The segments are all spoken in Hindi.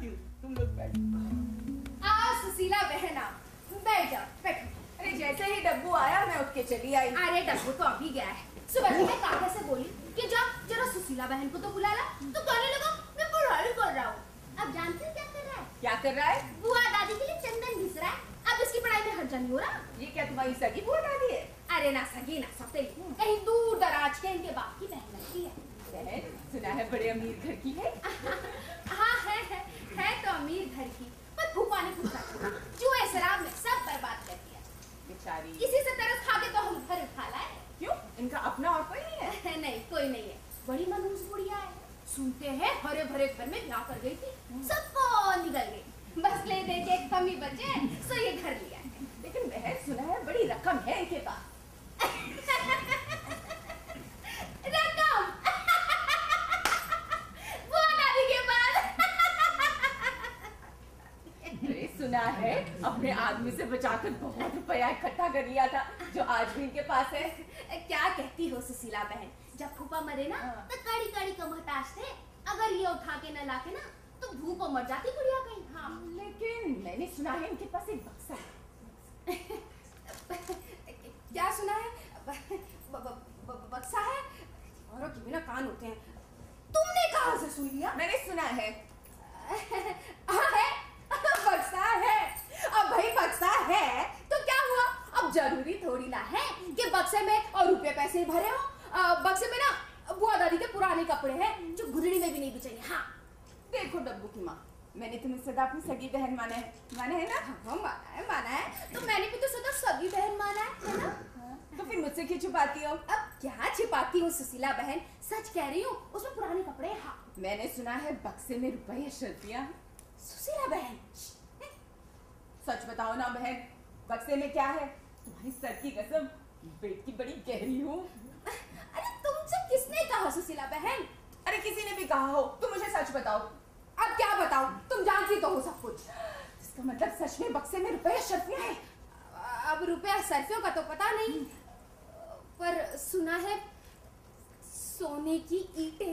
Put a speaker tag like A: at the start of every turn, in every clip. A: लोग बैठ
B: आ सुशीला बहना बैठ जा बैठो
C: अरे जैसे ही डब्बू आया मैं उठ के चली आई
B: अरे डब्बू तो अभी गया है सुबह से मैं काका से बोली कि जा जरा सुशीला बहन को तो बुला ला तो कहने लगा मैं बुराड़ी कर रहा हूँ अब जानते हो क्या कर रहा है
C: क्या कर रहा है
B: बुआ दादी के लिए चंदन घिस रहा है अब इसकी पढ़ाई में हर्जा नहीं हो रहा
C: ये क्या तुम्हारी सगी बुआ दादी है
B: अरे ना सगी ना सते कहीं दूर दराज के इनके बाप की बहन लगती है
C: बहन सुना है बड़े अमीर घर की है
B: हाँ है है है तो अमीर घर की पर भूपा ने पूछा जुए शराब में सब बर्बाद कर दिया
C: बेचारी
B: इसी से तरस खा के तो हम घर उठा लाए
C: क्यों इनका अपना और कोई नहीं है
B: नहीं कोई नहीं है बड़ी मनहूस बुढ़िया है सुनते हैं हरे भरे घर में ब्याह कर गई थी सबको निकल गई बस ले दे के एक कमी बचे सो ये घर लिया है।
C: लेकिन बहन सुना है बड़ी रकम है इनके पास
B: रकम वो दादी के पास
C: अरे सुना है अपने आदमी से बचाकर बहुत रुपया इकट्ठा कर लिया था जो आज भी इनके पास है
B: क्या कहती हो सुशीला बहन जब फूफा मरे ना
C: हाँ।
B: तो कड़ी कड़ी कमहताश थे अगर ये उठा के न लाके ना तो भूखों मर जाती बुढ़िया कहीं हाँ
C: लेकिन मैंने सुना है इनके पास एक बक्सा है
B: क्या सुना है ब- ब- ब- ब- बक्सा है औरों के बिना कान होते हैं तुमने कहाँ से सुन लिया
C: मैंने सुना है
B: हाँ है बक्सा है अब भाई बक्सा है तो क्या हुआ अब जरूरी थोड़ी ना है कि बक्से में और रुपए पैसे ही भरे हो अ, बक्से में ना बुआ दादी के पुराने कपड़े हैं जो घुरड़ी में भी नहीं बिछेंगे हाँ
C: देखो डब्बू की माँ मैंने तुम्हें सदा अपनी सगी बहन माना है माना है ना
B: हाँ माना है माना है तो मैंने भी तो सदा सगी बहन माना है, है ना
C: तो फिर मुझसे क्यों छुपाती हो
B: अब क्या छिपाती हूँ सुशीला बहन सच कह रही हूँ उसमें पुराने कपड़े हैं, हाँ
C: मैंने सुना है बक्से में रुपये शर्तियाँ
B: सुशीला बहन श्श,
C: सच बताओ ना बहन बक्से में क्या है तुम्हारी सर की कसम पेट की बड़ी गहरी हूँ
B: अरे तुमसे किसने कहा सुशीला बहन
C: अरे किसी ने भी कहा हो तुम मुझे सच बताओ
B: अब क्या बताओ तुम जानती तो हो सब कुछ
C: इसका मतलब सच में बक्से में रुपये शर्तियाँ हैं
B: अब रुपया सरफियों का तो पता नहीं पर सुना है सोने की ईटे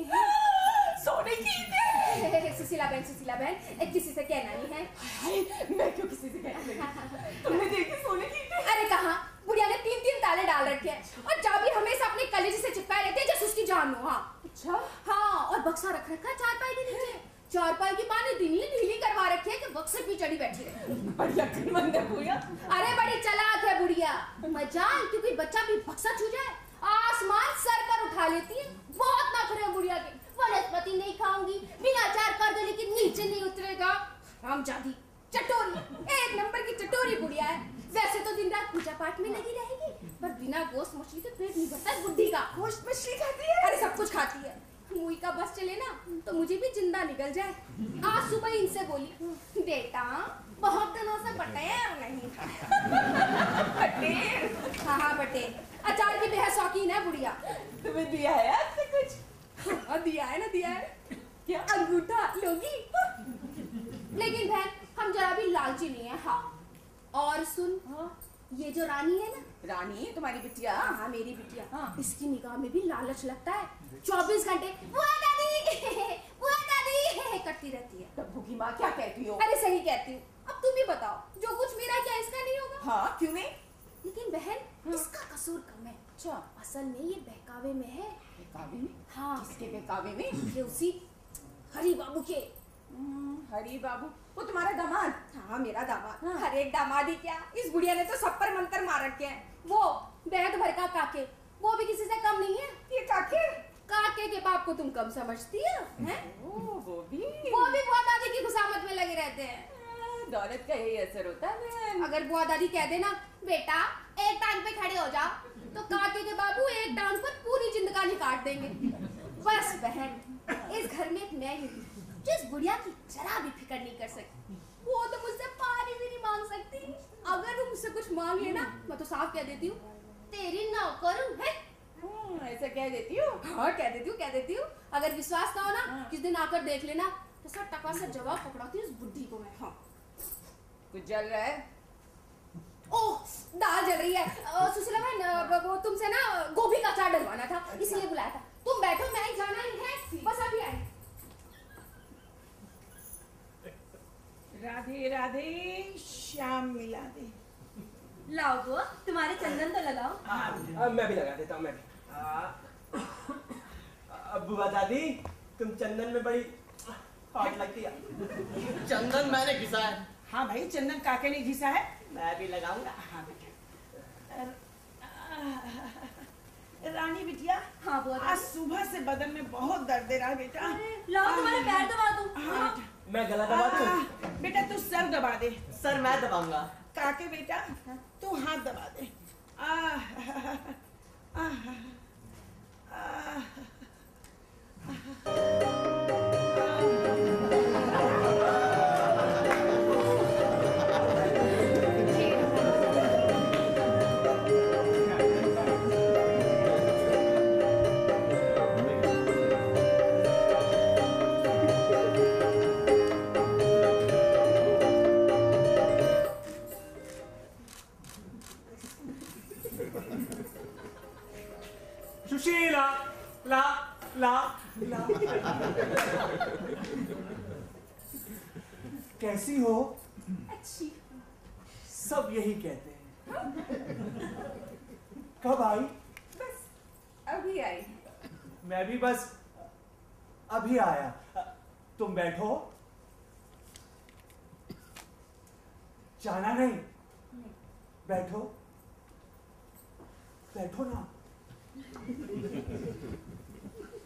C: सोने की ईंटें!
B: हैं सुशीला बहन सुशीला बहन ए, किसी से कहना नहीं है
C: हाय, मैं क्यों किसी से कहने लगी तुमने देखी सोने की ईंटें?
B: अरे कहा बुढ़िया ने तीन तीन ताले डाल रखे हैं और चाबी हमेशा अपने कलेजे से चिपकाए रहती है जैसे उसकी जान हो हाँ
C: अच्छा
B: हाँ और बक्सा रख रखा है चारपाई के नीचे चारपाई की माँ ने दिल्ली ढीली करवा रखी है कि बक्से पे चढ़ी बैठी है
C: बढ़िया अक्लमंद है भूया
B: अरे बड़ी चालाक है बुढ़िया मजाल क्योंकि बच्चा भी बक्सा छू जाए आसमान सर पर उठा लेती है बहुत नखरे हैं बुढ़िया के वनस्पति नहीं खाऊंगी बिना चार कर गली के नीचे नहीं उतरेगा राम जादी चटोरी एक नंबर की चटोरी बुढ़िया है वैसे तो दिन रात पूजा पाठ में लगी रहेगी पर बिना गोश्त मछली के पेट नहीं भरता है बुद्धि का
C: गोश्त मछली खाती है
B: अरे सब कुछ खाती है मुई का बस चले ना तो मुझे भी जिंदा निकल जाए आज सुबह इनसे बोली बेटा बहुत दिनों से बटेर नहीं खाया
C: पटेल
B: हाँ हाँ बटेर अचार की बेहद शौकीन है बुढ़िया
C: तुम्हें दिया है आज से कुछ
B: हाँ, दिया है ना दिया है
C: क्या
B: अंगूठा लोगी लेकिन बहन हम जरा भी लालची नहीं है हाँ और सुन
C: हाँ
B: ये जो रानी है ना
C: रानी तुम्हारी बिटिया
B: हाँ हाँ मेरी बिटिया
C: हाँ।
B: इसकी निगाह में भी लालच लगता है चौबीस घंटे बुआ दादी बुआ दादी करती रहती है
C: डब्बू की माँ क्या कहती हो
B: अरे सही कहती हूँ अब तुम ही बताओ जो कुछ मेरा क्या इसका नहीं होगा
C: हाँ क्यों नहीं
B: लेकिन बहन
C: हाँ।
B: इसका कसूर कम है
C: अच्छा
B: असल में ये बहकावे में है
C: बेकावे में
B: हाँ
C: किसके बेकावे में
B: ये उसी हरी बाबू के
C: हम्म, हरी बाबू वो तुम्हारा दामाद
B: हाँ मेरा दामाद
C: हाँ।
B: अरे दामादी क्या इस बुढ़िया ने तो सब पर मंत्र मार रखे हैं वो बेहद भर का काके वो भी किसी से कम नहीं है
C: ये काके
B: काके के बाप को तुम कम समझती हो हैं
C: ओ वो भी
B: वो भी बुआ दादी की खुशामत में लगे रहते हैं
C: हाँ, दौलत का यही असर होता है बहन।
B: अगर बुआ दादी कह देना बेटा एक टांग पे खड़े हो जाओ तो काके के बाबू एक टांग पर पूरी जिंदगानी काट देंगे बस बहन इस घर में एक मैं ही हूँ जिस बुढ़िया की जरा भी फिक्र नहीं कर सकती वो तो मुझसे पानी भी नहीं मांग सकती अगर वो मुझसे कुछ मांग लेना मैं तो साफ कह देती हूँ तेरी नौकर हूँ है
C: हम्म, ऐसा कह देती हो
B: हाँ कह देती हूँ कह देती हूँ अगर विश्वास ना हो ना
C: हाँ।
B: किस दिन आकर देख लेना तो सर टपा सा जवाब पकड़ाती हूँ उस बुद्धि को मैं हाँ
C: कुछ जल रहा है
B: ओह दाल जल रही है अ, सुशीला बहन अ, ब- वो तुमसे ना गोभी का अचार डलवाना था इसलिए बुलाया था तुम बैठो मैं ही जाना ही है बस अभी आई
A: राधे राधे श्याम मिला दे
B: लाओ बुआ तुम्हारे चंदन तो लगाओ
A: हाँ बेटा।
D: अब मैं भी लगा देता हूँ मैं भी आ, अब बुआ दादी तुम चंदन में बड़ी हॉट लगती है
E: चंदन मैंने घिसा है
A: हाँ भाई चंदन काके ने घिसा है
D: मैं भी लगाऊंगा
A: हाँ बेटा अर- रानी बिटिया
B: हाँ बुआ
A: आज सुबह से बदन में बहुत दर्द दे रहा है बेटा
E: हाँ
B: लाओ तुम्हारे पैर दबा दूँ
A: हाँ
D: मैं गला
A: बेटा
D: दबा
A: आ,
D: दूँ
A: बेटा तू सर दबा दे
E: सर मैं दबाऊंगा
A: काके बेटा तू हाथ दबा दे आ, आ, आ, आ,
D: सुशीला ला ला ला कैसी हो
B: अच्छी
D: सब यही कहते हैं कब आई
C: बस अभी आई
D: मैं भी बस अभी आया तुम बैठो जाना नहीं बैठो बैठो ना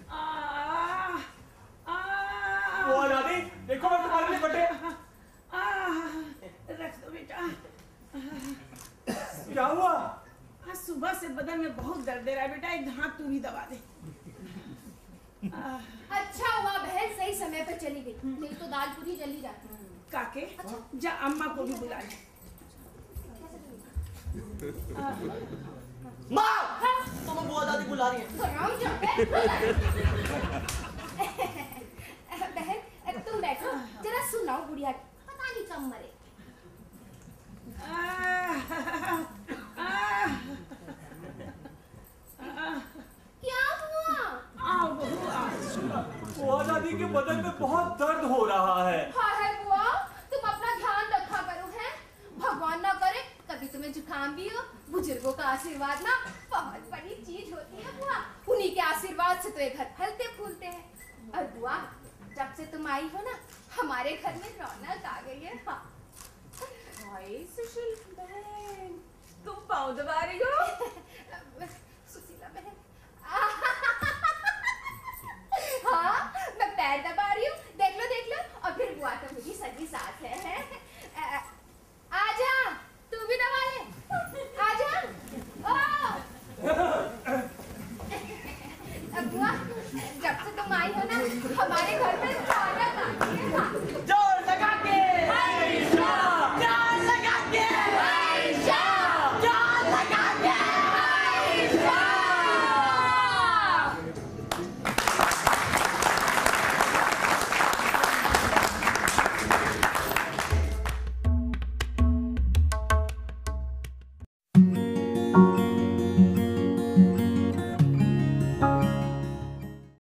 A: आ, आ,
D: वो दादी देखो मैं तुम्हारे लिए बटे
A: आ, रख दो बेटा
D: क्या हुआ
A: आज सुबह से बदन में बहुत दर्द दे रहा है बेटा एक हाथ तू भी दबा दे आ,
B: अच्छा हुआ बहन सही समय पर चली गई नहीं तो दाल पूरी जली जाती
A: काके
E: हाँ।
A: जा अम्मा को भी बुला ले
E: माँ तुम्हें तो बुआ दादी बुला रही है
B: हाँ। तो राम जा बहन बहन, तुम बैठो
E: हाँ,
B: जरा सुनाओ बुढ़िया की। पता नहीं कब मरे
A: आ, आ, आ,
B: क्या हुआ
A: आओ बहू आओ
D: वो दादी के बदन में बहुत दर्द हो रहा है
B: हाय हाय बुआ तुम अपना ध्यान रखा करो है भगवान ना करे कभी तुम्हें जुकाम भी हो बुजुर्गों का आशीर्वाद ना बहुत बड़ी चीज होती है बुआ उन्हीं के आशीर्वाद से तो ये घर फलते फूलते हैं और बुआ जब से तुम आई हो ना हमारे घर में रौनक आ गई है हाँ
C: भाई सुशील बहन तुम पाँव दबा रही हो
B: सुशीला बहन हाँ मैं पैर दबा रही हूँ देख लो देख लो और फिर बुआ तो मुझे सगी साथ है, है? आ- आजा तू भी दबा ले आजा ओ बुआ जब से तुम आई हो ना हमारे घर में